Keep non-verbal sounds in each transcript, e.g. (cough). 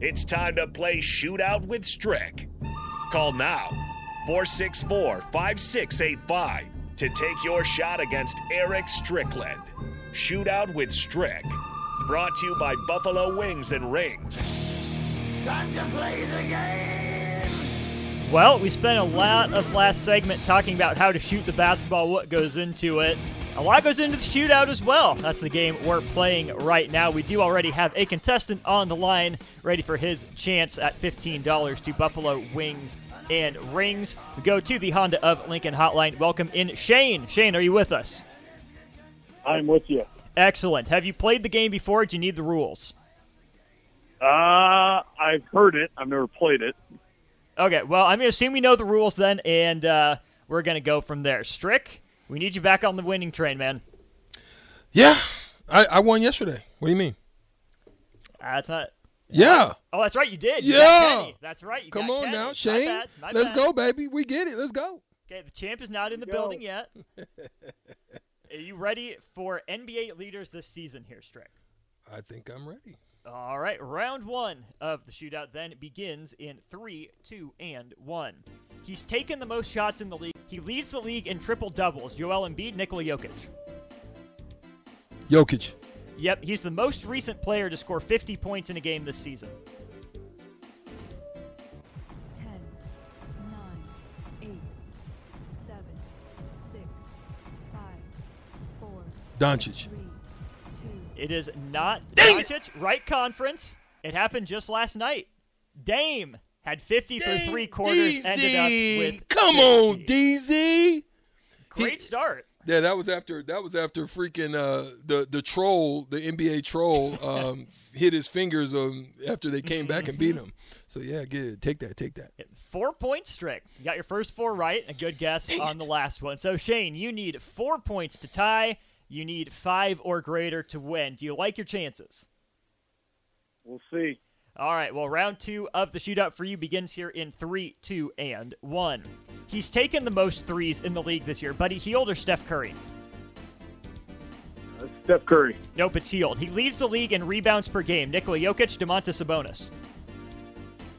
It's time to play Shootout with Strick. Call now 464 5685 to take your shot against Eric Strickland. Shootout with Strick. Brought to you by Buffalo Wings and Rings. Time to play the game. Well, we spent a lot of last segment talking about how to shoot the basketball, what goes into it. A lot goes into the shootout as well. That's the game we're playing right now. We do already have a contestant on the line ready for his chance at $15 to Buffalo Wings and Rings. We go to the Honda of Lincoln hotline. Welcome in Shane. Shane, are you with us? I'm with you. Excellent. Have you played the game before? Do you need the rules? Uh, I've heard it. I've never played it. Okay, well, I'm going to assume we know the rules then, and uh, we're going to go from there. Strick, we need you back on the winning train, man. Yeah, I, I won yesterday. What do you mean? Uh, that's not. Yeah, Oh, that's right, you did. You Yeah. got Kenny. That's right. You come got on Kenny. now, My Shane. bad, my Let's bad. go, baby. We get it. Let's go. Okay, the champ is not in the building (laughs) yet. Are you ready for NBA leaders this season here, Strick? I think I'm ready. All right, round one of the shootout then begins in three, two, and one. He's taken the most shots in the league. He leads the league in triple doubles. Joel Embiid, Nikola Jokic. Jokic, Yep, he's the most recent player to score 50 points in a game this season. 10, 9, 8, 7, 6, 5, 4, Doncic. 3, 2, It is not Dang it! Doncic. Right conference. It happened just last night. Dame had 50 through three quarters. Ended up with Come 50. on, DZ. Great start. Yeah, that was after that was after freaking uh, the the troll, the (laughs) NBA troll, um, hit his fingers um, after they came (laughs) back and beat him. So yeah, good. Take that. Take that. Four points strict. You got your first four right. A good guess on the last one. So Shane, you need four points to tie. You need five or greater to win. Do you like your chances? We'll see. All right, well, round two of the shootout for you begins here in three, two, and one. He's taken the most threes in the league this year. Buddy Heald or Steph Curry? Uh, Steph Curry, Nope, it's Heald. He leads the league in rebounds per game. Nikola Jokic, DeMontis Sabonis.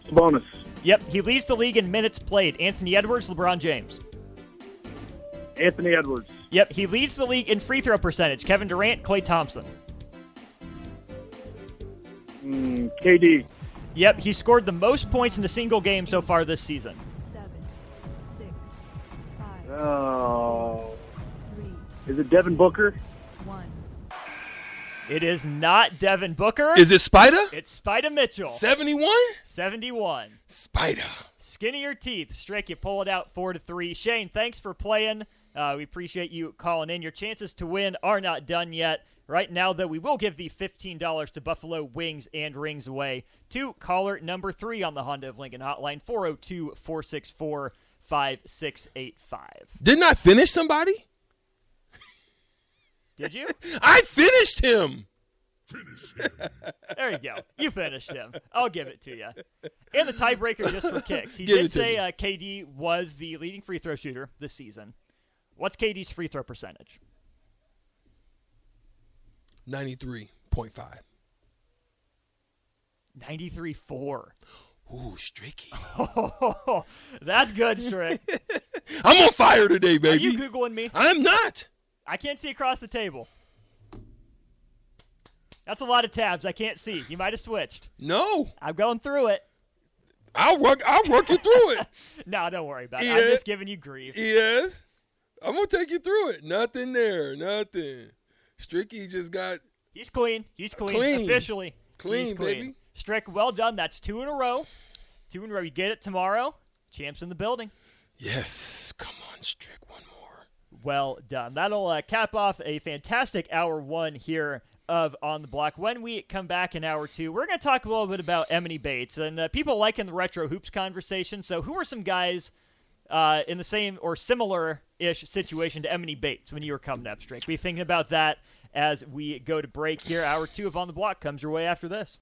Sabonis, Yep, he leads the league in minutes played. Anthony Edwards, LeBron James. Anthony Edwards, Yep, he leads the league in free throw percentage. Kevin Durant, Klay Thompson. mm, KD, Yep, he scored the most points in a single game so far this season. 7, 6, 5, oh, 3, is it Devin Booker? 1. It is not Devin Booker. Is it Spider? (laughs) it's Spida Mitchell, Seventy one. 71. Spider. Skinnier teeth. Strick, you pull it out four to three. Shane, thanks for playing. Uh, we appreciate you calling in. Your chances to win are not done yet. Right now, though, we will give the $15 to Buffalo Wings and Rings away to caller number three on the Honda of Lincoln hotline, 402 464 5685. Didn't I finish somebody? Did (laughs) you? I finished him. There you go. You finished him. I'll give it to you. And the tiebreaker just for kicks. He Give it did to say me. uh, KD was the leading free throw shooter this season. What's KD's free throw percentage? Ninety three point five. 93 4. Ooh, streaky. (laughs) That's good, Strick. (laughs) I'm on fire today, Are baby. you Googling me? I'm not. I can't see across the table. That's a lot of tabs. I can't see. You might have switched. No, I'm going through it. I'll work. I'll work you (laughs) through it. No, don't worry about it. Yeah. I'm just giving you grief. Yes, I'm gonna take you through it. Nothing there. Nothing. Stricky just got He's clean. He's clean. Clean. Officially. Clean, He's clean. baby. Strick, well done. That's two in a row. Two in a row. You get it tomorrow. Champs in the building. yes. Come on, Strick. One more. Well done. That'll uh, cap off a fantastic hour one here of On the Block. When we come back in hour two, we're going to talk a little bit about Emily Bates and uh, people liking the retro hoops conversation. So, who are some guys uh, in the same or similar ish situation to Emily Bates when you were coming up, Strick? Be thinking about that as we go to break here. Hour two of On the Block comes your way after this.